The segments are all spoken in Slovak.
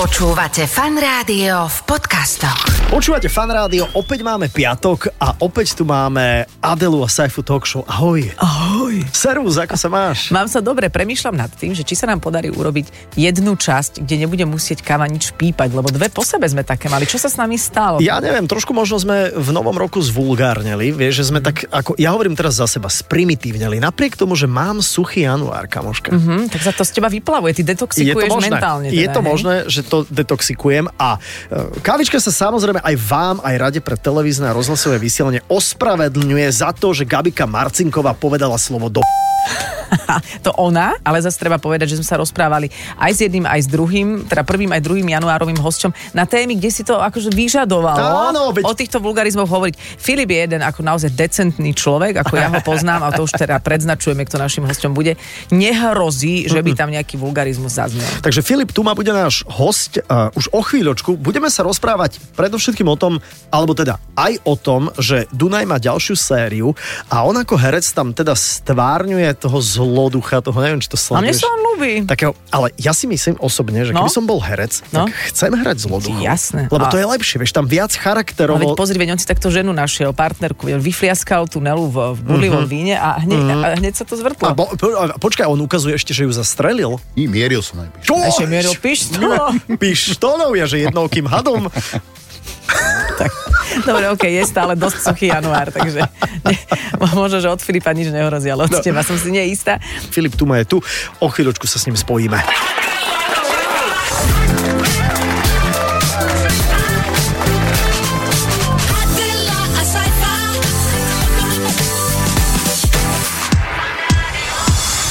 Počúvate fan rádio v podcastoch. Počúvate fan rádio, opäť máme piatok a opäť tu máme Adelu a Saifu Talk Show. Ahoj. Ahoj. Servus, ako sa máš? Mám sa dobre, premýšľam nad tým, že či sa nám podarí urobiť jednu časť, kde nebudem musieť káva nič pípať, lebo dve po sebe sme také mali. Čo sa s nami stalo? Ja neviem, trošku možno sme v novom roku zvulgárneli, vieš, že sme Mhm. tak, ako ja hovorím teraz za seba, sprimitívneli, napriek tomu, že mám suchý január, kamoška. Hm, tak sa to z teba vyplavuje, ty detoxikuješ mentálne. Teda, je to hej? možné, že to detoxikujem a e, kávička sa samozrejme aj vám, aj Rade pre televízne a rozhlasové vysielanie ospravedlňuje za to, že Gabika Marcinková povedala slovo do Ha, to ona, ale zase treba povedať, že sme sa rozprávali aj s jedným, aj s druhým, teda prvým aj druhým januárovým hosťom na témy, kde si to akože vyžadovalo Áno, veď- o týchto vulgarizmoch hovoriť. Filip je jeden ako naozaj decentný človek, ako ja ho poznám a to už teda predznačujeme, kto našim hosťom bude. Nehrozí, že by tam nejaký vulgarizmus zaznel. Takže Filip Tuma bude náš host uh, už o chvíľočku. Budeme sa rozprávať predovšetkým o tom, alebo teda aj o tom, že Dunaj má ďalšiu sériu a on ako herec tam teda stvárňuje toho zloducha, toho neviem, či to A mne sleduješ. sa on ľúbi. Takého, ale ja si myslím osobne, že keby No? som bol herec, No? tak chcem hrať zloducha. Jasné. Lebo to A- je lepšie, vieš, tam viac No veď charakterovo. pozri, veď on si takto ženu našiel, partnerku, veď on vyfliaskal tú Nelu v, v burlivom víne a hneď, a hneď sa to zvrtlo. Mhm. A bo, po, a počkaj, on ukazuje ešte, že ju zastrelil. Nie, mieril som najbližšie. Čo? Ešte mieril pištol. Pištolov, ja že jednokým hadom. Dobre, OK, je stále dosť suchý január, takže ne, možno, že od Filipa nič nehrozí, ale od no. teba som si neistá. Filip Tuma je tu, o chvíľočku sa s ním spojíme. Adela, a Saifa.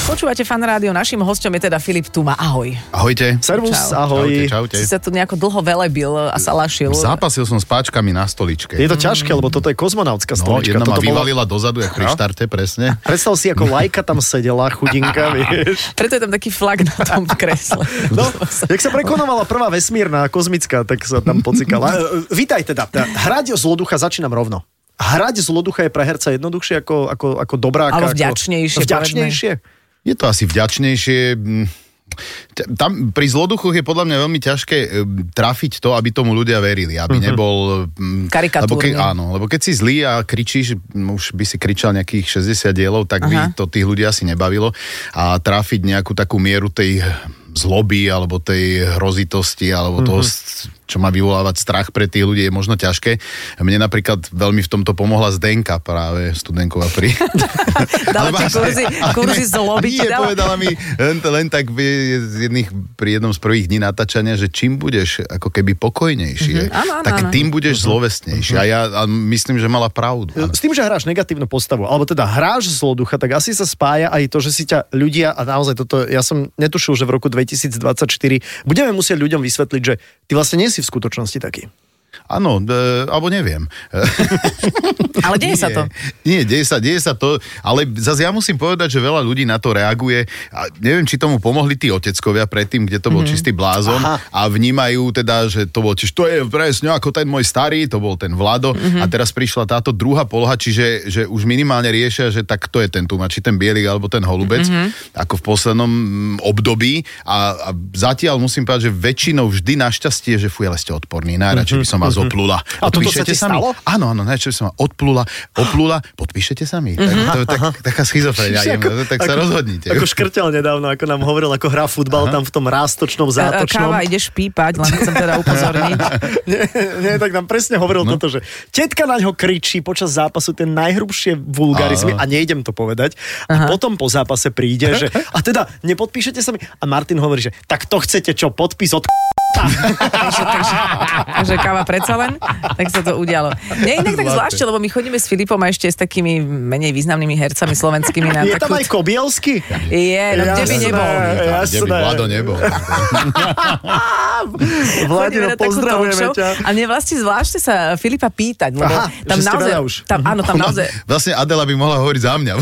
Počúvate fan rádio, našim hosťom je teda Filip Tuma. Ahoj. Ahojte. Servus, Čau. ahoj. Čaute, čaute. Si sa tu nejako dlho velebil a salašil. Zápasil som s páčkami na stoličke. Je to ťažké, lebo toto je kozmonautská no, stolička. jedna ma toto bolo- vyvalila dozadu, jak pri štarte, presne. Predstav si, ako lajka tam sedela, chudinka, vieš. Preto je tam taký flak na tom kresle. No, jak sa prekonovala prvá vesmírna kozmická, tak sa tam pocikala. E, e, Vítaj teda. Tá- Hrať zloducha začínam rovno. Hrať zloducha je pre herca jednoduchšie ako, ako, ako dobráka. Ale ako- vďačnejšie, Vďačnejšie? Je to asi vďačnejšie. mm, ťa- Tam pri zloduchoch je podľa mňa veľmi ťažké eh, trafiť to, aby tomu ľudia verili, aby nebol... Mhm. mm, Karikatúrny. Lebo ke, áno, lebo keď si zlý a kričíš, mm, už by si kričal nejakých 60 dielov, tak by Aha. to tých ľudí asi nebavilo. A trafiť nejakú takú mieru tej zloby alebo tej hrozitosti Mhm. alebo toho, s- čo má vyvolávať strach pre tých ľudí, je možno ťažké. Mne napríklad veľmi v tomto pomohla Zdenka práve študentková pri... Dala Alebo ti až- kurzy, kurzy zloby. ti Nie, dala. povedala mi len, len tak by, z jedných, pri jednom z prvých dní natáčania, že čím budeš ako keby pokojnejší, Mhm. Áno, áno, áno. Mhm. tak tým budeš zlovestnejší. A ja a myslím, že mala pravdu. S tým, že hráš negatívnu postavu, alebo teda hráš zloducha, tak asi sa spája aj to, že si ťa ľudia, a naozaj toto, ja som netušil, že v roku 2024 budeme musieť ľuďom vysvetliť, že ty vlastne nie si v skutočnosti taký. Áno, e, alebo neviem. Ale deje sa Nie, to. Nie, deje sa, deje sa to, ale zase ja musím povedať, že veľa ľudí na to reaguje. A neviem, či tomu pomohli tí oteckovia predtým, kde to Mhm. bol čistý blázon Aha. a vnímajú teda, že to bol, čiže to je presne ako ten môj starý, to bol ten Vlado Mhm. a teraz prišla táto druhá poloha, čiže že už minimálne riešia, že tak to je ten tuma, či ten bielik alebo ten holubec, Mhm. ako v poslednom mm, období a, a zatiaľ musím povedať, že väčšinou vždy našťastie, že fuj, ale ste odporní, Mhm. najradšej by som vás oplula. A toto sa Odpíšete ti sa mi? stalo? Áno, áno, najčo som odplula, oplula, podpíšete sa mi? Tak, to je tak, taká schizofrenia, Čiže ako, no, tak sa rozhodnite. Mhm. Ako škrtel nedávno, ako nám hovoril, ako hrá futbal tam v tom rástočnom, zátočnom. Káva, ideš pípať, len chcem teda upozorniť. nie, nie, tak nám presne hovoril no. toto, že tetka na ňo kričí počas zápasu tie najhrubšie vulgarizmy a Áno. nejdem to povedať. A potom po zápase príde, že a teda nepodpíšete sa mi. A Martin hovorí, že tak to chcete čo, podpis od Takže káva predsa len, tak sa to udialo. Nie inak tak Zlaté. zvláštne, lebo my chodíme s Filipom a ešte s takými menej významnými hercami slovenskými na Je tam takú... aj Kobielsky? Je, no kde by Jasné. nebol. Kde by jasné. Vlado nebol. Chodíme Vladino, na takú pozdravujeme talk show ťa. A mne vlastne zvláštne sa Filipa pýtať, lebo Aha, že tam ste naozaj... veľa už. Mhm. Tam, áno, tam naozaj... Vlastne Adela by mohla hovoriť za mňa.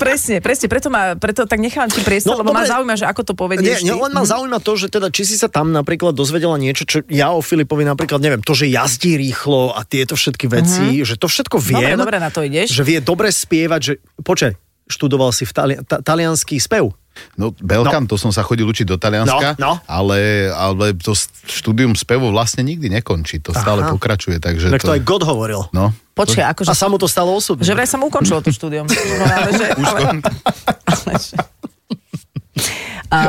Presne, presne, preto, ma, preto tak nechávam ti No, priestor, no, lebo ma dobre. zaujíma, že ako to Nie, povedieš nie, ty. Mhm. len ma zaujíma to, že teda, či si sa tam napríklad dozvedela niečo, čo ja o Filipovi napríklad neviem. To, že jazdí rýchlo a tieto všetky veci, že to všetko viem. Mhm. dobre, na to ideš. Že vie dobre spievať, že počkaj, študoval si v tali- ta- talianský spev. No, Belkan, no. to som sa chodil učiť do Talianska, No, no. Ale, ale to s- štúdium spevu vlastne nikdy nekončí, to stále Aha. pokračuje, takže Tak to to... aj God hovoril. No. Počkaj, akože... A sa mu to stalo osudne. Že vraj som ukončila to štúdium. No, ale že, ale, ale, že, a,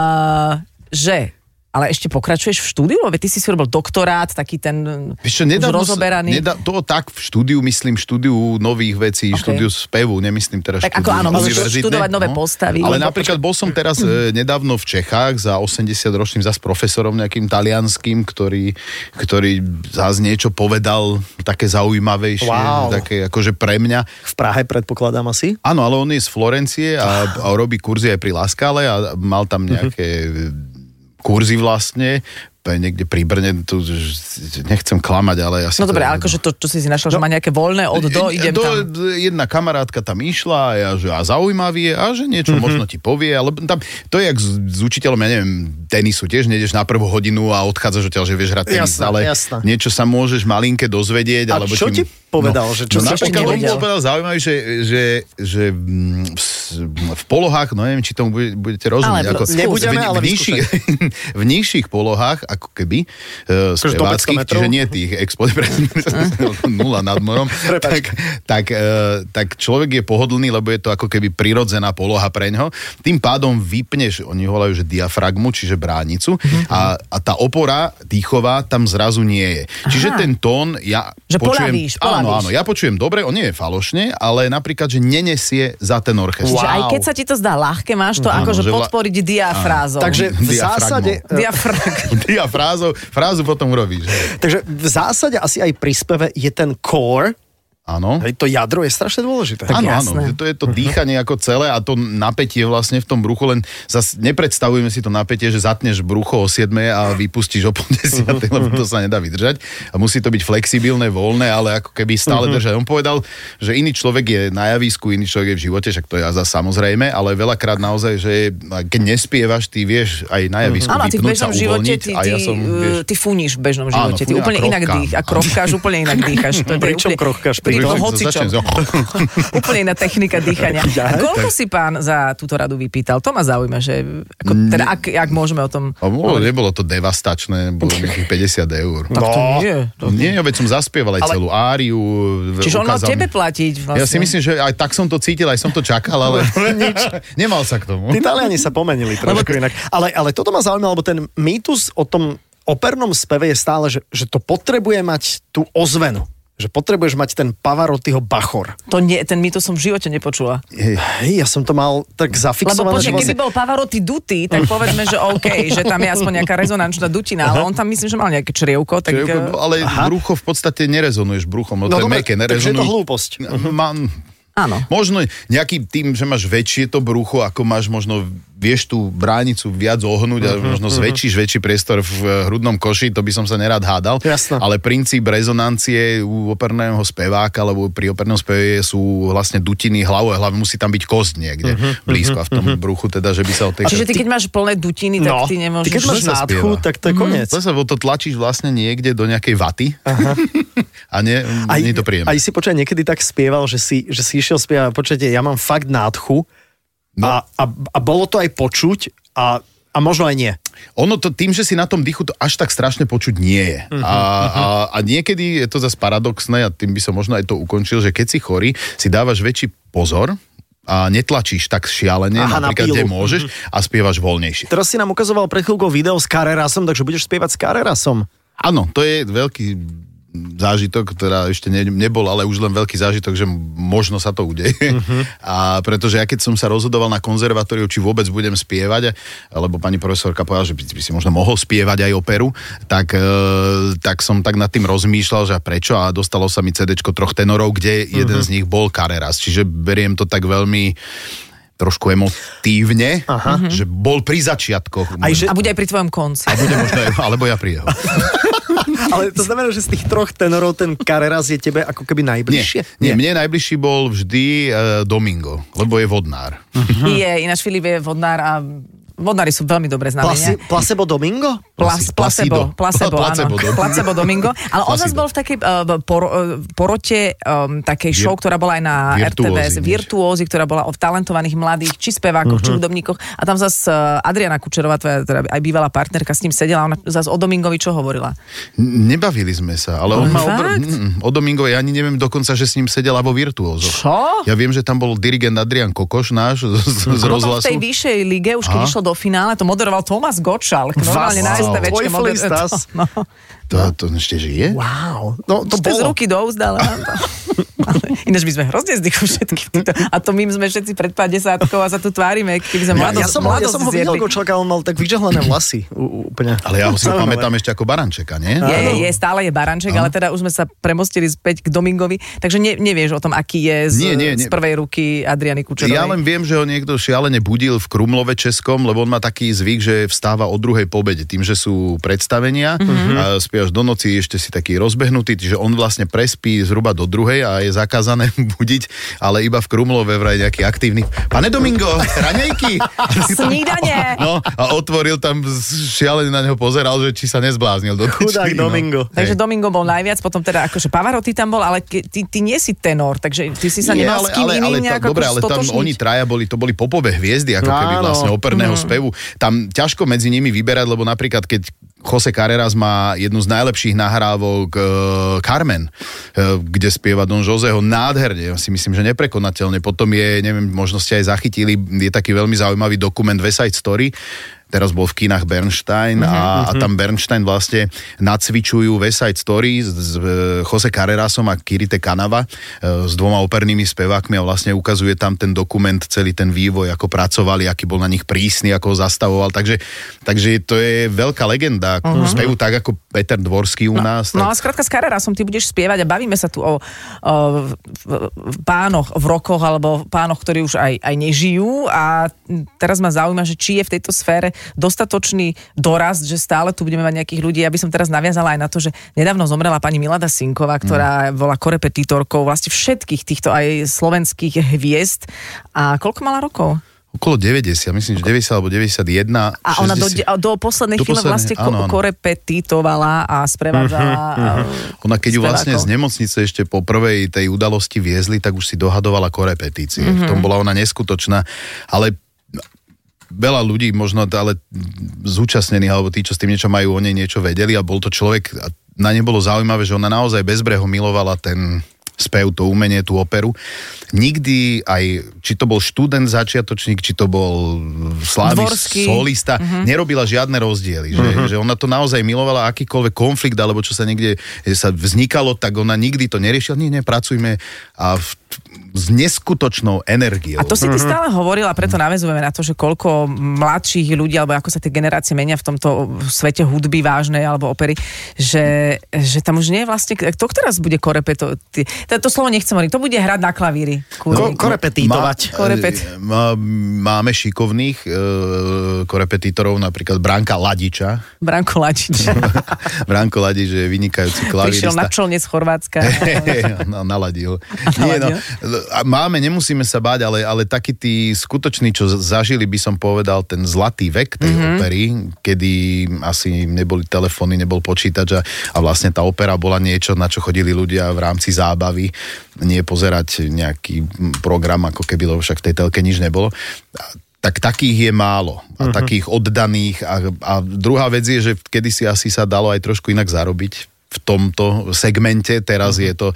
že, ale ešte pokračuješ v štúdiu? Veď ty si si robil doktorát, taký ten Vieš čo, už nedávno, sa- rozoberaný. nedá, to tak v štúdiu, myslím, štúdiu nových vecí, Ok. okay. štúdiu spevu, nemyslím teraz Tak ako štúdiu áno, môžeš univerzitné, no. študovať nové postavy. Mhm. Ale Lebo napríklad bol som teraz e, nedávno v Čechách za 80-ročným, zas profesorom nejakým talianským, ktorý, ktorý zás niečo povedal také zaujímavejšie, Wow. také akože pre mňa. V Prahe predpokladám asi. Áno, ale on je z Florencie a, a robí kurzy aj pri Laskale a mal tam nejaké mm-hmm. kurzy vlastne pe- niekde pri Brne, tu ž- nechcem klamať, ale asi... No to- dobre, ale akože to, čo si si No, našla, že má nejaké voľné od do, idem to, tam. Jedna kamarátka tam išla a, ja, že, a zaujímavý je a že niečo Mhm. mm-hmm. možno ti povie, ale tam, to je jak s, s učiteľom, ja neviem, tenisu tiež, nejdeš na prvú hodinu a odchádzaš odtiaľ, že vieš hrať tenis, Jasné, ale jasné. niečo sa môžeš malinké dozvedieť. A alebo čo ti povedal, že čo no, si ešte napríklad on nevedel? bol povedal zaujímavý, že, že, že mm, v, s- v polohách, no neviem, či tomu bude- budete rozumieť. Ale skús. Nebudeme, v, ale v, nižších, v nižších polohách, ako keby, e, Akože do 500 speváckých, metrov? čiže nie tých expo, nula nad morom, tak, tak, e, tak človek je pohodlný, lebo je to ako keby prirodzená poloha pre ňo. Tým pádom vypneš, oni volajú, že diafragmu, čiže bránicu Mhm. a, a tá opora dýchová tam zrazu nie je. Čiže Aha. ten tón, ja Že počujem... polavíš, Áno, polavíš. áno, ja počujem dobre, on nie je falošne, ale napríklad, že nenesie za ten orchester. Čiže aj keď sa ti to zdá ľahké, máš to Áno, e, akože že vla- podporiť diafrázou. Takže v Diafragmou. zásade... e, Diafrag. Ty a frázou, frázu potom urobíš. hej. Takže v zásade asi aj pri speve je ten core, Áno. hej, to jadro je strašne dôležité. Tak áno, áno, jasné. že to je to dýchanie ako celé a to napätie vlastne v tom bruchu, len zas nepredstavujeme si to napätie, že zatneš brucho o 7 a vypustíš o pol 10, lebo to sa nedá vydržať. A musí to byť flexibilné, voľné, ale ako keby Mhm. stále držať. On povedal, že iný človek je na javisku, iný človek je v živote, však to je za samozrejme, ale veľakrát naozaj, že keď nespievaš, ty vieš aj na Mhm. javisku Áno, a ty v vypnúť sa, bežnom živote uvoľniť ty, a ty, ja som, vieš, e, ty funíš v bežnom Áno, živote. ty funím a úplne inak krochkám. dých a krochkáš, úplne inak dýchaš. To je Pri čom úplne- krochkáš? Pri Pri Dobre, tak hocičom. začnem z- Úplne iná technika dýchania. A koľko si pán za túto radu vypýtal? To ma zaujíma, že ako, teda, ak, ak môžeme o tom... Mm. A bolo, nebolo to devastačné, bolo nejakých 50 eur. Tak to no. nie. To... Nie, veď som zaspieval aj Ale- celú áriu. v- Čiže on mal ukázal tebe mi- platiť vlastne. Ja si myslím, že aj tak som to cítil, aj som to čakal, ale nič. Nemal sa k tomu. Tí Taliani sa pomenili No, trošku inak. Ale, ale toto ma zaujíma, lebo ten mýtus o tom opernom speve je stále, že, že to potrebuje mať tú ozvenu. Že potrebuješ mať ten Pavarottiho bachor. To nie, ten mýtus som v živote nepočula. Hej, ja som to mal tak Lebo zafixované. počkaj, že keby vlastne- bol Pavarotti dutý, tak povedzme, že OK, že tam je aspoň nejaká rezonančná dutina, ale on tam myslím, že mal nejaké črievko, tak... Čiže ako- eh, Ale brucho v podstate nerezonuješ bruchom, no, No to je dobre, meké, takže je to nerezonuj. hlúposť. Mám, Áno. Možno nejaký tým, že máš väčšie to brucho, ako máš možno, vieš tú bránicu viac ohnúť a možno zväčšíš väčší priestor v eh, hrudnom koši, to by som sa nerád hádal. Jasné. Ale princíp rezonancie u operného speváka, alebo pri opernom speve sú vlastne dutiny hlavou, hlavne musí tam byť kosť niekde blízko a v tom bruchu, teda, že by sa o tej Čiže ty, keď máš plné dutiny, tak No, ty nemôžeš... ty Mhm. keď máš sa nádchu, spieva. tak to je koniec. Zase o to tlačíš vlastne niekde do nejakej vaty a nie, aj, nie je to príjemné. aj si počkaj, niekedy tak spieval, že si, že si išiel spievať, počujete, ja mám fakt nádchu no. a, a, a bolo to aj počuť a, a možno aj nie. Ono to tým, že si na tom dýchu to až tak strašne počuť nie je. Mhm, A, a, a niekedy je to zase paradoxné a tým by som možno aj to ukončil, že keď si chorý, si dávaš väčší pozor a netlačíš tak šialene, Aha, Aha, na pílu. Mhm. napríklad, kde môžeš a spievaš voľnejšie. Teraz si nám ukazoval pred chvíľkou video s Karerasom, takže budeš spievať s Karerasom. Áno, to je veľký zážitok, ktorá ešte ne, nebol, ale už len veľký zážitok, že možno sa to udeje. Uh-huh. A pretože ja keď som sa rozhodoval na konzervatóriu, či vôbec budem spievať, lebo pani profesorka povedala, že by, by si možno mohol spievať aj operu, tak, e, tak som tak nad tým rozmýšľal, že a prečo a dostalo sa mi CD troch tenorov, kde uh-huh. jeden z nich bol Carreras. Čiže beriem to tak veľmi trošku emotívne, Aha. že bol pri začiatkoch. Aj Aj, že- že... A bude aj pri tvojom konci. A bude možno, aj- alebo ja pri jeho. Ale to znamená, že z tých troch tenorov ten Kareras je tebe ako keby najbližšie? Nie, nie, mne najbližší Hm. bol vždy e, Domingo, lebo je vodnár. Mhm. Je, ináč Filip je vodnár a vodnári sú veľmi dobre Plasi, znamenia. placebo Domingo? Plas, placebo, Placido. placebo, áno. Placebo Domingo. placebo Domingo. Ale on zase Placido. bol v takej uh, por, uh, porote um, takej show, ktorá bola aj na Virtuózy, RTVS, niečo. Virtuózy, ktorá bola o talentovaných mladých, či spevákoch, či hudobníkoch. A tam zase uh, Adriana Kučerová, tvoja teda aj bývalá partnerka, s ním sedela. Ona zase o Domingovi čo hovorila? N- Nebavili sme sa, ale Ale on má obr- fakt? Mm, mm, o Domingovi, ja ani neviem dokonca, že s ním sedela vo virtuózoch. Čo? Ja viem, že tam bol dirigent Adrian Kokoš náš z, z, z A potom v rozhlasu. tej vyššej lige, už keď Aha. išlo do finále, to moderoval Tomas Gočal. Normálne na Wow. Tvoj STVčke flistas. No, To, to ešte žije? Wow. No to to z bolo. ruky do úzdala. Ináč my sme hrozne zdychu všetky. Títo. A to my sme všetci pred 50 a sa tu tvárime, keby sme Ja, ja, mladosť, som, ja mladosť som ho videl zjedli. Gočalka, on mal tak vyžehlené vlasy. U, u- úplne. Ale ja ho si ho Zaujímavé. pamätám ešte ako Barančeka, Je, nie? Áno. je, je, stále je baranček, ale teda už sme sa premostili späť k Domingovi, takže ne, nevieš o tom, aký je z, Nie, nie, z nie. prvej ruky Adriany Kučerovej. Ja len viem, že ho niekto šialene budil v Krumlove Českom, lebo on má taký zvyk, že vstáva o druhej pobede. Tým, že sú predstavenia Mhm. a spievaš do noci, ešte si taký rozbehnutý, že on vlastne prespí zhruba do druhej a je zakázané budiť, ale iba v Krumlove vraj nejaký aktívny. Pane Domingo, raňajky! Snídanie! No a otvoril tam, šialene na neho pozeral, že či sa nezbláznil. Do no. Chudák Domingo. Takže Domingo bol najviac, potom teda akože Pavarotti tam bol, ale ke, ty, ty nie si tenor, takže ty si sa Nie, nemal s kým iným tá- nejak dobre, akože ale tam stotožniť. Mhm. oni traja boli, to boli popové hviezdy, ako keby Áno. vlastne operného spevu. Tam ťažko medzi nimi vyberať, lebo napríklad keď Jose Carreras má jednu z najlepších nahrávok e, Carmen, e, kde spieva Don Joseho nádherne, ja si myslím, že neprekonateľne. Potom je, neviem, možno ste aj zachytili, je taký veľmi zaujímavý dokument West Side Story, teraz bol v kinách Bernstein Mhm, a, a tam Bernstein vlastne nacvičujú West Side Story s, s e, Jose Carrerasom a Kirite Kanava e, s dvoma opernými spevákmi a vlastne ukazuje tam ten dokument, celý ten vývoj, ako pracovali, aký bol na nich prísny, ako ho zastavoval, takže, takže to je veľká legenda uh-huh. spevu, tak ako Peter Dvorský u Mhm. nás. No a Tak, skrátka s Carrerasom ty budeš spievať a bavíme sa tu o, o v, v- v pánoch v rokoch alebo v pánoch, ktorí už aj, aj nežijú a teraz ma zaujíma, že či je v tejto sfére dostatočný dorast, že stále tu budeme mať nejakých ľudí. Ja by som teraz naviazala aj na to, že nedávno zomrela pani Milada Sinková, ktorá Mm. bola korepetitorkou vlastne všetkých týchto aj slovenských hviezd. A koľko mala rokov? okolo 90, myslím, že 90 alebo 91. A ona do, 60. do poslednej Do chvíle poslednej, vlastne áno, ko- áno. korepetitovala a eh, sprevádzala. a- Ona keď ju vlastne spevákov. z nemocnice ešte po prvej tej udalosti viezli, tak už si dohadovala korepetície. Mm-hmm. V tom bola ona neskutočná, ale veľa ľudí možno, ale zúčastnených, alebo tí, čo s tým niečo majú, o nej niečo vedeli a bol to človek, a na ne bolo zaujímavé, že ona naozaj bezbreho milovala ten spev, to umenie, tú operu. Nikdy aj, či to bol študent začiatočník, či to bol slávist, Dvorský. solista, Mhm. mm-hmm. nerobila žiadne rozdiely. Že, mm-hmm. že ona to naozaj milovala, akýkoľvek konflikt, alebo čo sa niekde e, sa vznikalo, tak ona nikdy to neriešila. Nie, nie, pracujme a v, s neskutočnou energiou. A to si Mhm. ty stále hovorila, preto navezujeme na to, že koľko mladších ľudí, alebo ako sa tie generácie menia v tomto svete hudby vážnej alebo opery, že, že tam už nie je vlastne, kto teraz bude korepeto, ty- to, to slovo nechcem hovoriť, to bude hrať na klavíri. Ko- No, Kurník. korepetítovať. Ma- Korepet. ma- e, Máme šikovných e, korepetitorov, napríklad Branka Ladiča. Branko Mhm. Lačič Branko Ladič je vynikajúci prišiel na klavírista. čolne z Chorvátska. Eh, Na, No, naladil. Nie, no, naladil. l- a máme, nemusíme sa báť, ale, ale takí tí skutoční, čo z- zažili, by som povedal, ten zlatý vek tej mm-hmm. opery, kedy asi neboli telefóny, nebol počítač a, a vlastne tá opera bola niečo, na čo chodili ľudia v rámci zábavy, nie pozerať nejaký m, program, ako keby, lebo však v tej telke nič nebolo. A- tak takých je málo a takých oddaných. A, a druhá vec je, že kedysi asi sa dalo aj trošku inak zarobiť v tomto segmente, teraz Mhm. je to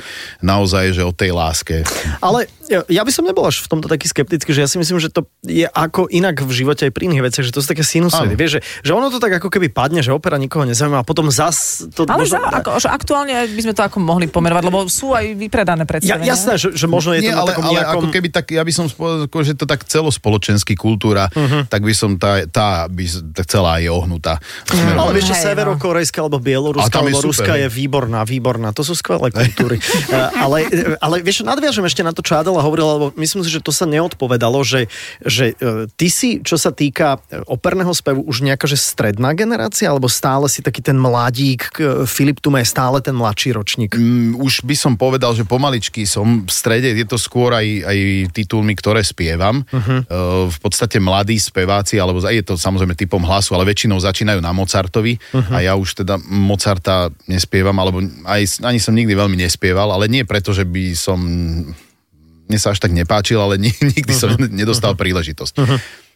naozaj, že o tej láske. Ale ja- ja by som nebol až v tomto taký skeptický, že ja si myslím, že to je ako inak v živote aj pri iných veciach, že to sú také sinusoidy. Áno. Vieš, že, že ono to tak ako keby padne, že opera nikoho nezaujíma a potom zas to... Ale za, ako, že aktuálne by sme to ako mohli pomerovať, lebo sú aj vypredané ja, predstavenia. jasné, že, že možno je to Nie, na ale, takom ale nejakom... ako keby tak, ja by som spovedal, že to tak celospoločenský kultúra, Mhm. uh-huh. tak by som tá, tá, by, s- tá celá je ohnutá. Smerom- Mhm. Ale vieš čo, Hej, no. severokorejská alebo bieloruská A tam je alebo super, ruská hej. eh, je výborná, výborná. To sú skvelé kultúry. Eh, ale, ale vieš, čo, nadviažem ešte na to, čo Adela hovorila, lebo myslím si, že to sa neodpovedalo, že, že e, ty si, čo sa týka e, operného spevu, už nejaká že stredná generácia, alebo stále si taký ten mladík, k- Filip Tuma je stále ten mladší ročník. Mm, už by som povedal, že pomaličky som v strede, je to skôr aj, aj titulmi, ktoré spievam. Uh-huh. V podstate mladí speváci, alebo za- je to samozrejme typom hlasu, ale väčšinou začínajú na Mozartovi uh-huh. a ja už teda Mozarta nespievam, alebo aj, ani som nikdy veľmi nespieval, ale nie preto, že by som... Mne sa až tak nepáčil, ale ni- nikdy som Mhm. nedostal príležitosť.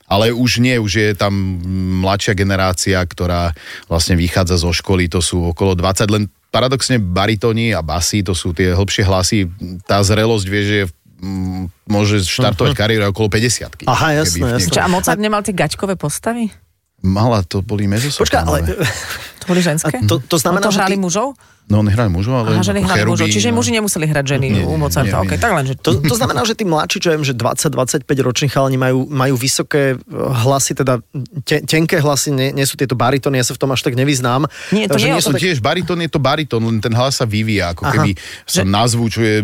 Ale už nie, už je tam mladšia generácia, ktorá vlastne vychádza zo školy, to sú okolo 20, len paradoxne baritoni a basy, to sú tie hĺbšie hlasy, tá zrelosť vie, že je, mm, môže štartovať kariéra okolo 50. Mhm. Aha, jasné, jasné. Čo, a Mozart nemal tie gaťkové postavy? Mala, to boli mezosoprávne. Počkaj, ale To boli ženské? A to- to znamená, no to že hrali ty- mužov? No, nehrali mužov, Aha, ale... že nehrali mužov. cherubín, Čiže no. muži nemuseli hrať ženy Nie, nie, u Mozarta. nie, OK, nie. tak len, že... to, to znamená, že tí mladší, čo ja viem, že 20-25 roční chalani majú, majú vysoké e, hlasy, teda te, tenké hlasy, nie, nie sú tieto baritóny, ja sa v tom až tak nevyznám. Nie, to Takže nie je Nie sú to tak- tiež bariton, je to bariton, len ten hlas sa vyvíja, ako keby sa nazvučuje... e,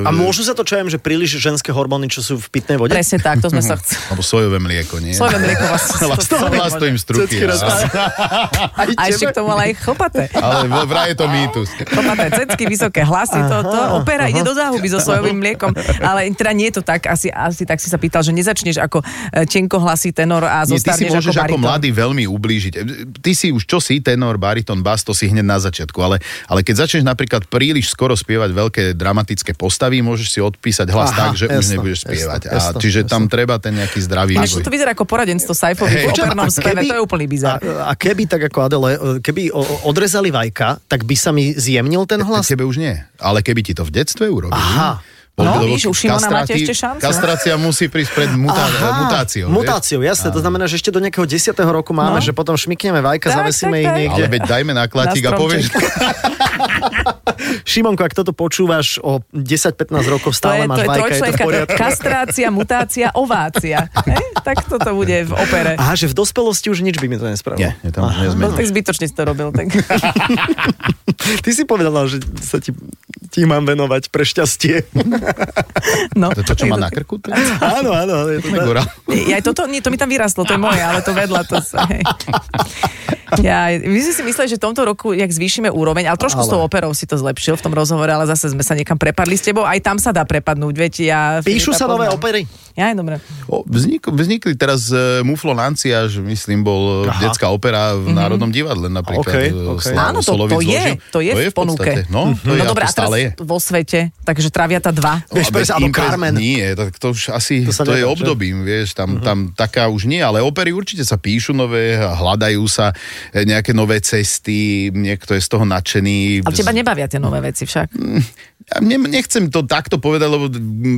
b- A môžu sa to, čo ja viem, že príliš ženské hormóny, čo sú v pitnej vode? Presne tak, to sme sa chceli. Alebo sojové mlieko, nie? Svojom mlieko vás... Vlastne Vlastným struky. Cecky raz- áno. A ešte k tomu ale aj chlpaté. Ale vo- vraj je to mýtus. Chlpaté cecky, vysoké hlasy, to, to opera ide do záhuby so sojovým mliekom. Ale teda nie je to tak, asi, asi tak si sa pýtal, že nezačneš ako e, tenkohlasý tenor a Nie, ty si zostarneš ako môžeš ako, baritón. mladý veľmi ublížiť. Ty si už čo si, tenor, bariton, bas, to si hneď na začiatku, ale, ale keď začneš napríklad príliš skoro spievať veľké dramatické postavy, môžeš si odpísať hlas Aha, tak, že už jasno, nebudeš jasno, spievať. jasno, a, čiže tam jasno. treba ten nejaký zdravý Ináč vývoj. toto vyzerá ako poradenstvo Saifovi v Hej. opernom A speve, to je úplný bizar. A, a keby, tak ako Adele, eh, keby o- o- odrezali vajka, tak by sa mi zjemnil ten hlas? Tebe už nie. Ale keby ti to v detstve urobili... Aha. bolo by No, to- vidíš, u Šimona máte ešte šancu. Kastrácia musí prísť pred mutá- mutáciou. vieš? Mutáciou, jasné. To znamená, že ešte do nejakého 10. roku máme, No. že potom šmikneme vajka, Tak, zavesíme tak, ich tak. niekde. Ale veď dajme na klatík Na a povieš... Šimonko, ak toto počúvaš o 10-15 rokov, To je, stále to máš je vajka, je to v trojčlenka. poriadku. Kastrácia, mutácia, ovácia. Hej? Tak toto bude v opere. Aha, že v dospelosti už nič by mi to nespravilo. Nie, je tam Aha. No, tak nezmeníš. zbytočne si to robil. Tak. Ty si povedala, že sa ti, ti mám venovať pre šťastie. No. To je to, čo má na krku? To je... áno, áno. Je to tak. Gora. Ja aj toto, nie, to mi tam vyrastlo, to je moje, ale to vedľa to sa, hej. Ja, my sme si mysleli, že v tomto roku, jak zvýšime úroveň, ale trošku s tou Ale. operou si to zlepšil v tom rozhovore, ale zase sme sa niekam prepadli s tebou, aj tam sa dá prepadnúť, viete, ja... Píšu Filipa sa nové poznám. opery. Ja, dobre. O, Vznik, vznikli teraz e, Muflo Lanciaž, myslím, bol Aha. Aha. detská opera v mm-hmm. Národnom divadle napríklad. Okej, e, okej. Slavo Mhm. Áno, to, Solovič to, je, zložil. to je, v ponuke. podstate, No, to je, no dobré, a dobré, teraz stále je. vo svete, takže Traviata 2. Vieš, a bez presne, alebo impre- Carmen. Nie, tak to už asi, To to, sa Mhm. to je nedá, že? obdobím, vieš, tam, tam taká už nie, ale opery určite sa píšu nové, a hľadajú sa e, nejaké nové cesty, niekto je z toho nadšený. Ale teba nebavia tie nové veci však. Ja ne, nechcem to takto povedať, lebo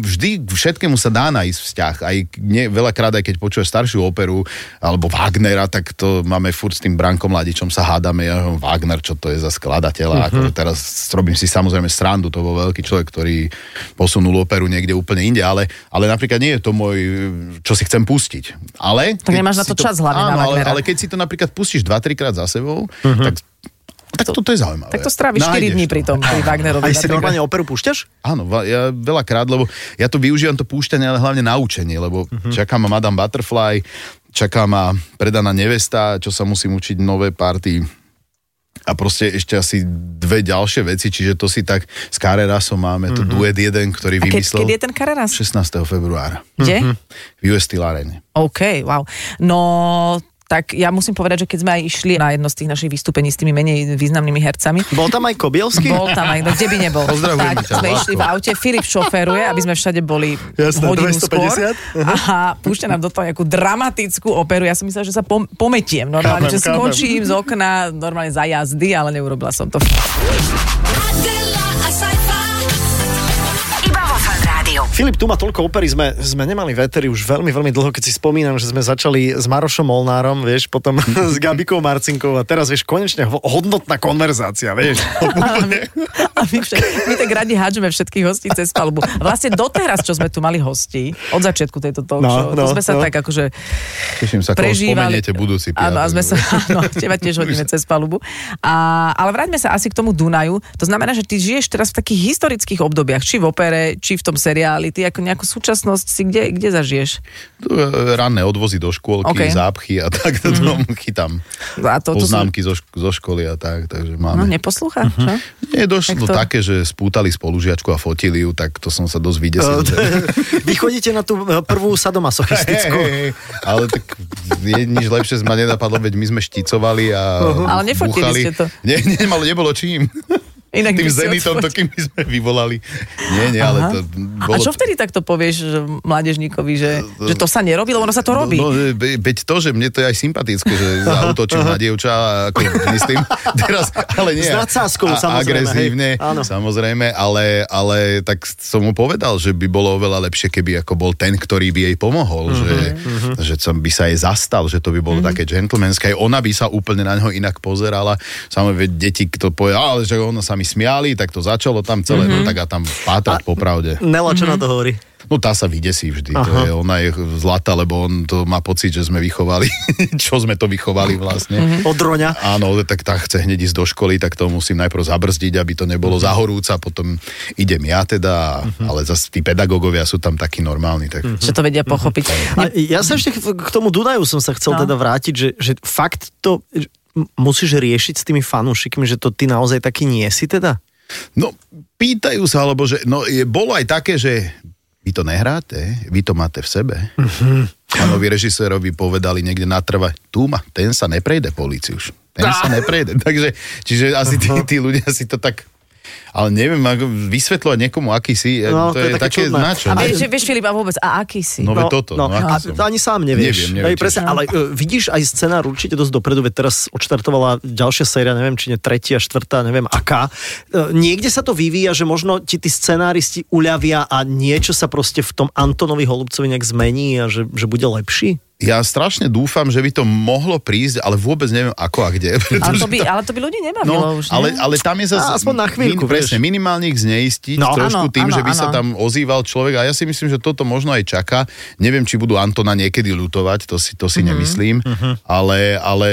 vždy k všetkému sa dá nájsť vzťah. Aj ne, veľakrát, aj keď počuješ staršiu operu, alebo Wagnera, tak to máme furt s tým Brankom Ladičom sa hádame. Ja, hovorím, Wagner, čo to je za Mhm. skladateľa. Uh-huh. Ako teraz robím si samozrejme srandu, to bol veľký človek, ktorý posunul operu niekde úplne inde, ale, ale napríklad nie je to môj, čo si chcem pustiť. Ale... Tak keď nemáš na si to čas hlavne na áno, ale, Wagnera. ale keď si to napríklad pustíš 2-3 krát za sebou, uh-huh. tak, tak to, toto je zaujímavé. Tak to stráviš 4 Nájdeš dní No, to. pri tom, pri Wagnerovi. Aj si napríklad. normálne operu púšťaš? Áno, va- ja veľakrát, lebo ja to využívam to púšťanie, ale hlavne na učenie, lebo čaká ma Madame Butterfly, čaká ma predaná nevesta, čo sa musím učiť nové party a proste ešte asi dve ďalšie veci, čiže to si tak s Karerasom máme, to duet jeden, ktorý A keď, vymyslel Mhm. keď je ten Carreras? 16. februára Kde? v US Steel Arene. OK, wow. No, tak ja musím povedať, že keď sme aj išli na jedno z tých našich vystúpení s tými menej významnými hercami, Bol tam aj Kobielský? bol tam aj, no kde by nebol. Pozdravujem tak ťa, sme Vládko. išli v aute, Filip šoferuje, aby sme všade boli Jasné, hodinu 250. skôr. Aha, púšťa nám do toho nejakú dramatickú operu. Ja som myslela, že sa pom- pometiem. Chápem, Normálne, že chápem. skočím z okna, normálne za jazdy, ale neurobila som to. Adela, a Iba vo Fan Rádiu. Filip, tu má toľko opery, sme, sme nemali vetery už veľmi, veľmi dlho, keď si spomínam, že sme začali s Marošom Molnárom, vieš, potom s Gabikou Marcinkou a teraz, vieš, konečne ho- hodnotná konverzácia, vieš. A my, však, my tak radi hádžeme všetkých hostí cez palubu. Vlastne doteraz, čo sme tu mali hostí, od začiatku tejto talk show, No, no, to sme sa no. tak akože Teším sa, koho prežívali. spomeniete budúci Áno, a piatok. sme sa, áno, teba tiež hodíme cez palubu. A, ale vráťme sa asi k tomu Dunaju. To znamená, že ty žiješ teraz v takých historických obdobiach, či v opere, či v tom seriáli, reality, ako nejakú súčasnosť si kde, kde zažiješ? E, Ranné odvozy do škôlky, OK. Mhm. okay. zápchy a tak to mm-hmm. chytám. A to, to som, Poznámky zo, šk- zo školy a tak, takže no, máme. neposlúcha, Mhm. čo? Nie, došlo Jak to? také, že spútali spolužiačku a fotili ju, tak to som sa dosť vydesil. že... Vy chodíte na tú e, prvú sadomasochistickú. Hej, hej, hej. ale tak je, nič lepšie z ma nenapadlo, veď my sme šticovali a Ale nefotili búchali. ste to. Nie, nie, ale nebolo čím. Inak by Tým si zenitom, to odfotil. kým by sme vyvolali. Nie, nie, ale to A bolo... čo vtedy takto povieš že mládežníkovi, že, že to sa nerobí, lebo ono sa to robí? No, no, ve- veď to, že mne to je aj sympatické, že zautočil na dievča, ako myslím teraz, ale nie. S nadsázkou, a- samozrejme, Agresívne, hej. Áno. samozrejme, ale, ale tak som mu povedal, že by bolo oveľa lepšie, keby ako bol ten, ktorý by jej pomohol, Mhm, mm-hmm. že, že som by sa jej zastal, že to by bolo mm-hmm. také gentlemanské, aj ona by sa úplne na ňo inak pozerala. Samozrejme, veď deti, kto povie, ale že ono sa mi smiali, tak to začalo tam celé, Mhm. mm-hmm. no tak a tam pátrať popravde. Nela, čo na to hovorí? No tá sa vydesí vždy, to je, ona je zlata, lebo on to má pocit, že sme vychovali, čo sme to vychovali vlastne. Od Roňa. Áno, tak tá chce hneď ísť do školy, tak to musím najprv zabrzdiť, aby to nebolo zahorúca, potom idem ja teda, ale zase tí pedagógovia sú tam takí normálni, tak Že to vedia pochopiť. Mhm. A ja sa ešte k k tomu Dunaju som sa chcel No. no. teda vrátiť, že, že fakt to že m- musíš riešiť s tými fanúšikmi, že to ty naozaj taký nie si teda? No, pýtajú sa, alebo že, no, je, bolo aj také, že vy to nehráte, vy to máte v sebe. Pánovi režisérovi povedali niekde na trve, tu ma, ten sa neprejde políciu už. Ten sa neprejde. Takže, čiže asi tí, tí ľudia si to tak... Ale neviem, ako vysvetľovať niekomu, aký si, No, to, je, také, čudné. na čo? A vieš, že- vieš Filip, a vôbec, a aký si? No, veď toto, no, aký a som? to ani sám nevieš. Neviem, neviem, Hej, presne, či som. ale uh, vidíš aj scenár určite dosť dopredu, veď teraz odštartovala ďalšia séria, neviem, či nie tretia, štvrtá, neviem aká. Uh, niekde sa to vyvíja, že možno ti tí scenáristi uľavia a niečo sa proste v tom Antonovi Holubcovi nejak zmení a že, že bude lepší? Ja strašne dúfam, že by to mohlo prísť, ale vôbec neviem ako a kde. Ale pretože to by, ale to by ľudí nebavilo No, už, nie? ale, ale tam je Á, zase... aspoň na chvíľku, vieš. presne, minimálne ich zneistiť No, no, trošku áno, tým, áno, že by sa áno. tam ozýval človek. A ja si myslím, že toto možno aj čaká. Neviem, či budú Antona niekedy ľutovať, to si, to Mhm, si mm-hmm. nemyslím. Mm-hmm. Ale, ale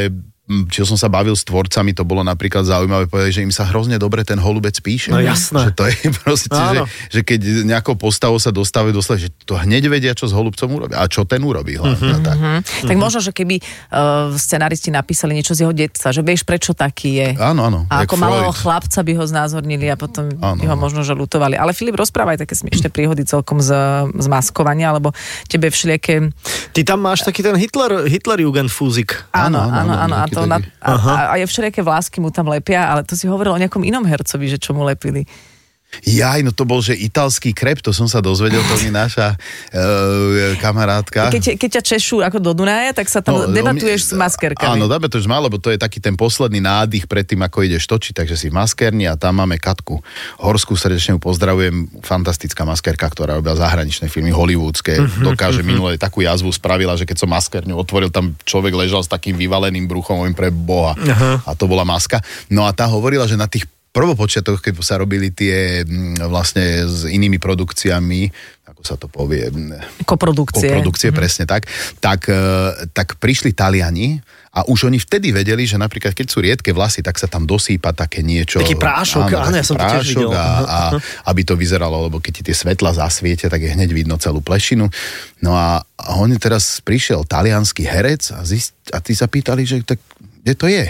m, čo som sa bavil s tvorcami, to bolo napríklad zaujímavé povedať, že im sa hrozne dobre ten holubec píše. No, jasné. Že to je proste, že, Áno. že keď nejakou postavou sa dostávajú do slova, že to hneď vedia, čo s holubcom urobia. A čo ten urobí hlavne. Mm-hmm. Tak. Mhm. Tak možno, že keby uh, scenáristi napísali niečo z jeho detstva, že vieš, prečo taký je. Áno, áno. A jak ako malého Freud. chlapca by ho znázornili a potom Áno, by ho áno. možno že lutovali. Ale Filip, rozprávaj také smiešne príhody celkom z, z maskovania, alebo tebe všelijaké... Ty tam máš taký ten Hitler, Hitlerjugend fúzik. Áno, áno, áno. A, nejaký to na, taký. a, a- a je všelijaké vlásky mu tam lepia, ale to si hovoril o nejakom inom hercovi, že čo mu lepili. Jaj, no to bol, že italský krep, to som sa dozvedel, to mi naša uh, kamarátka. Keď, keď ťa češú ako do Dunaja, tak sa tam No, debatuješ s on- maskerkami. Áno, dáme to už má, lebo to je taký ten posledný nádych pred tým, ako ideš točiť, takže si v maskerni a tam máme Katku Horskú, srdečne ju pozdravujem, fantastická maskerka, ktorá robila zahraničné filmy hollywoodske, dokáže minule takú jazvu spravila, že keď som maskerňu otvoril, tam človek ležal s takým vyvaleným bruchom, hovorím pre Boha. A to bola maska. No a tá hovorila, že na tých prvopočiatoch, keď sa robili tie mm, vlastne s inými produkciami, ako sa to povie, mm, Koprodukcie. Mhm. koprodukcie, presne tak, tak, e, tak prišli Taliani a už oni vtedy vedeli, že napríklad keď sú riedke vlasy, tak sa tam dosýpa také niečo. Taký prášok, áno, ja taký som to tiež videl. A, a aby to vyzeralo, lebo keď ti tie svetla zasvietia, tak je hneď vidno celú plešinu. No a, a on teraz prišiel talianský herec a, zist, a ty sa pýtali, že tak kde to je?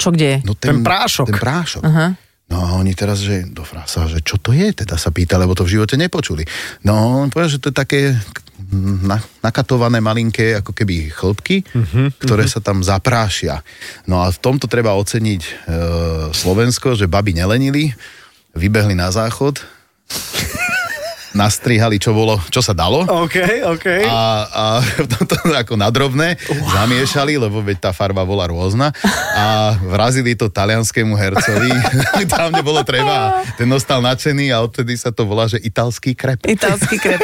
Čo kde je? No Ten ten, prášok. Ten prášok. Aha. No a oni teraz, že do frasa, že čo to je, teda sa pýta, lebo to v živote nepočuli. No on povedal, že to je také mm, na, nakatované malinké ako keby chlopky, ktoré sa tam zaprášia. No a v tomto treba oceniť e, Slovensko, že baby nelenili, vybehli na záchod, nastrihali, čo bolo, čo sa dalo OK, OK. a, a to, to ako nadrobné wow. zamiešali, lebo veď tá farba bola rôzna a vrazili to talianskému hercovi, tam nebolo treba. Ten ostal nadšený a odtedy sa to volá, že italský krep. Italský krep.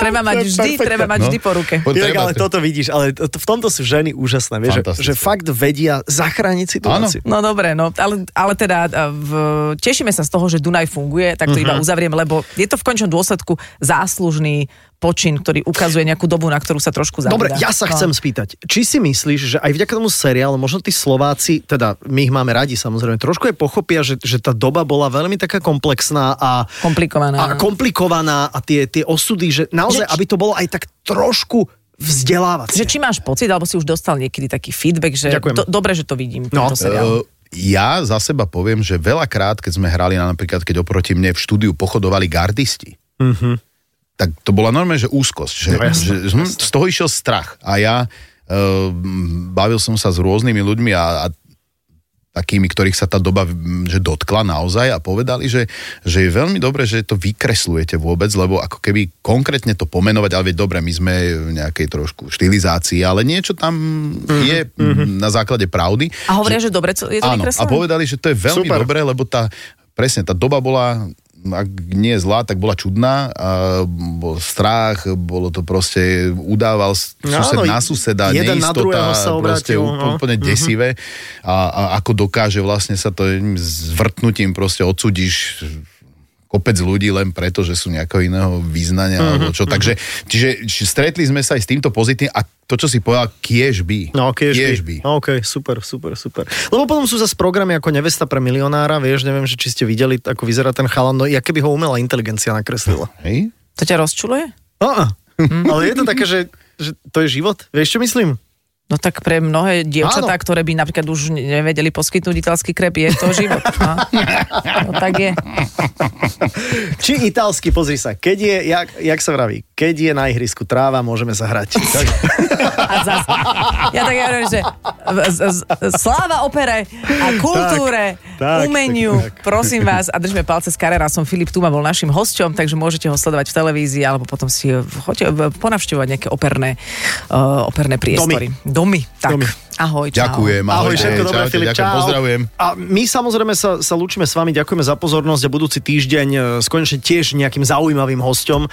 treba mať vždy, treba mať No. vždy po ruke. po- Inak, treba- ale toto vidíš, ale to, to- v tomto sú ženy úžasné, vieš, že, že Fantastické. fakt vedia zachrániť situáciu. No dobre, no, ale, ale teda a, v, Mhm. tešíme sa z toho, že Dunaj funguje, tak to iba uzavriem, lebo je to v končnom dôsledku záslužný počin, ktorý ukazuje nejakú dobu, na ktorú sa trošku No, zabúda. Dobre, ja sa chcem spýtať, či si myslíš, že aj vďaka tomu seriálu, možno tí Slováci, teda my ich máme radi samozrejme, trošku aj pochopia, že, že tá doba bola veľmi taká komplexná a Komplikovaná, a áno. komplikovaná a tie, tie osudy, že naozaj, Že či- aby to bolo aj tak trošku vzdelávacie. Že či máš pocit, alebo si už dostal niekedy taký feedback, že Ďakujem. do, dobre, že to vidím. No. No. Tento seriál. Eh, Ja za seba poviem, že veľakrát, keď sme hrali, na- napríklad keď oproti mne v štúdiu pochodovali gardisti, mm-hmm. tak to bola normálne, že úzkosť. Že, No jasné, že, hm, z toho išiel strach. A ja uh, bavil som sa s rôznymi ľuďmi a, a takými, ktorých sa tá doba mm, že dotkla naozaj a povedali, že, že je veľmi dobre, že to vykreslujete vôbec, lebo ako keby konkrétne to pomenovať, ale veď dobre, my sme v nejakej trošku štilizácii, ale niečo tam je mm-hmm. na základe pravdy. A hovoria, že dobre, co- je to Áno, a vykreslené? povedali, že to je veľmi Super. Super. dobré, lebo tá, presne, tá doba bola ak nie zlá, tak bola čudná. A bol strach, bolo to proste, udával s- No sused áno, na suseda, jeden na neistota, druhého sa proste obrátil, no. úplne, úplne desivé. A, a ako dokáže vlastne sa to jedným zvrtnutím proste odsudíš kopec ľudí len preto, že sú nejakého iného význania alebo Mhm, čo. Takže čiže, či stretli sme sa aj s týmto pozitívnym a to, čo si povedal, kiež by. No, kiež, kiež by. No, OK, super, super, super. Lebo potom sú zase programy ako Nevesta pre milionára, vieš, neviem, že či ste videli, ako vyzerá ten chalan, no ja keby ho umelá inteligencia nakreslila. Hej? To ťa rozčuluje? No, ale je to také, že, že to je život, vieš, čo myslím? No tak pre mnohé dievčatá, Áno. ktoré by napríklad už nevedeli poskytnúť italský krep, je to život. No, no tak je. Či italsky, pozri sa, keď je, jak, jak sa vraví, keď je na ihrisku tráva, môžeme sa hrať. Tak, A zas, ja tak ja hovorím, že v- z- z- sláva opere a kultúre, Tak, tak, umeniu, tak, tak. prosím vás a držme palce z Karera, som Filip Tuma, bol našim hosťom, takže môžete ho sledovať v televízii alebo potom si choďte eh, ponavštevovať nejaké operné, uh, operné priestory. Domy. Domy, tak. Domy. Ahoj, čau. Ďakujem. Ahoj, ahojte, všetko dobré, čaute, Filip, ďakujem, čau. Pozdravujem. A my samozrejme sa, sa lúčime s vami, ďakujeme za pozornosť a budúci týždeň e, s konečne tiež nejakým zaujímavým hosťom e,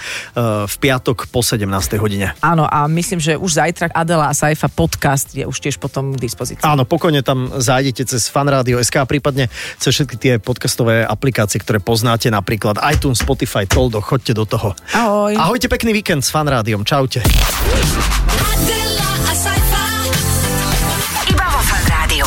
v piatok po 17. hodine. Áno, a myslím, že už zajtra Adela a Saifa podcast je už tiež potom k dispozícii. Áno, pokojne tam zájdete cez fanradio.sk, prípadne cez všetky tie podcastové aplikácie, ktoré poznáte, napríklad iTunes, Spotify, Toldo, chodte do toho. Ahoj. Ahojte, pekný víkend s fanrádiom, čaute. Adela, a sci-fi. Iba vo Fan Rádiu.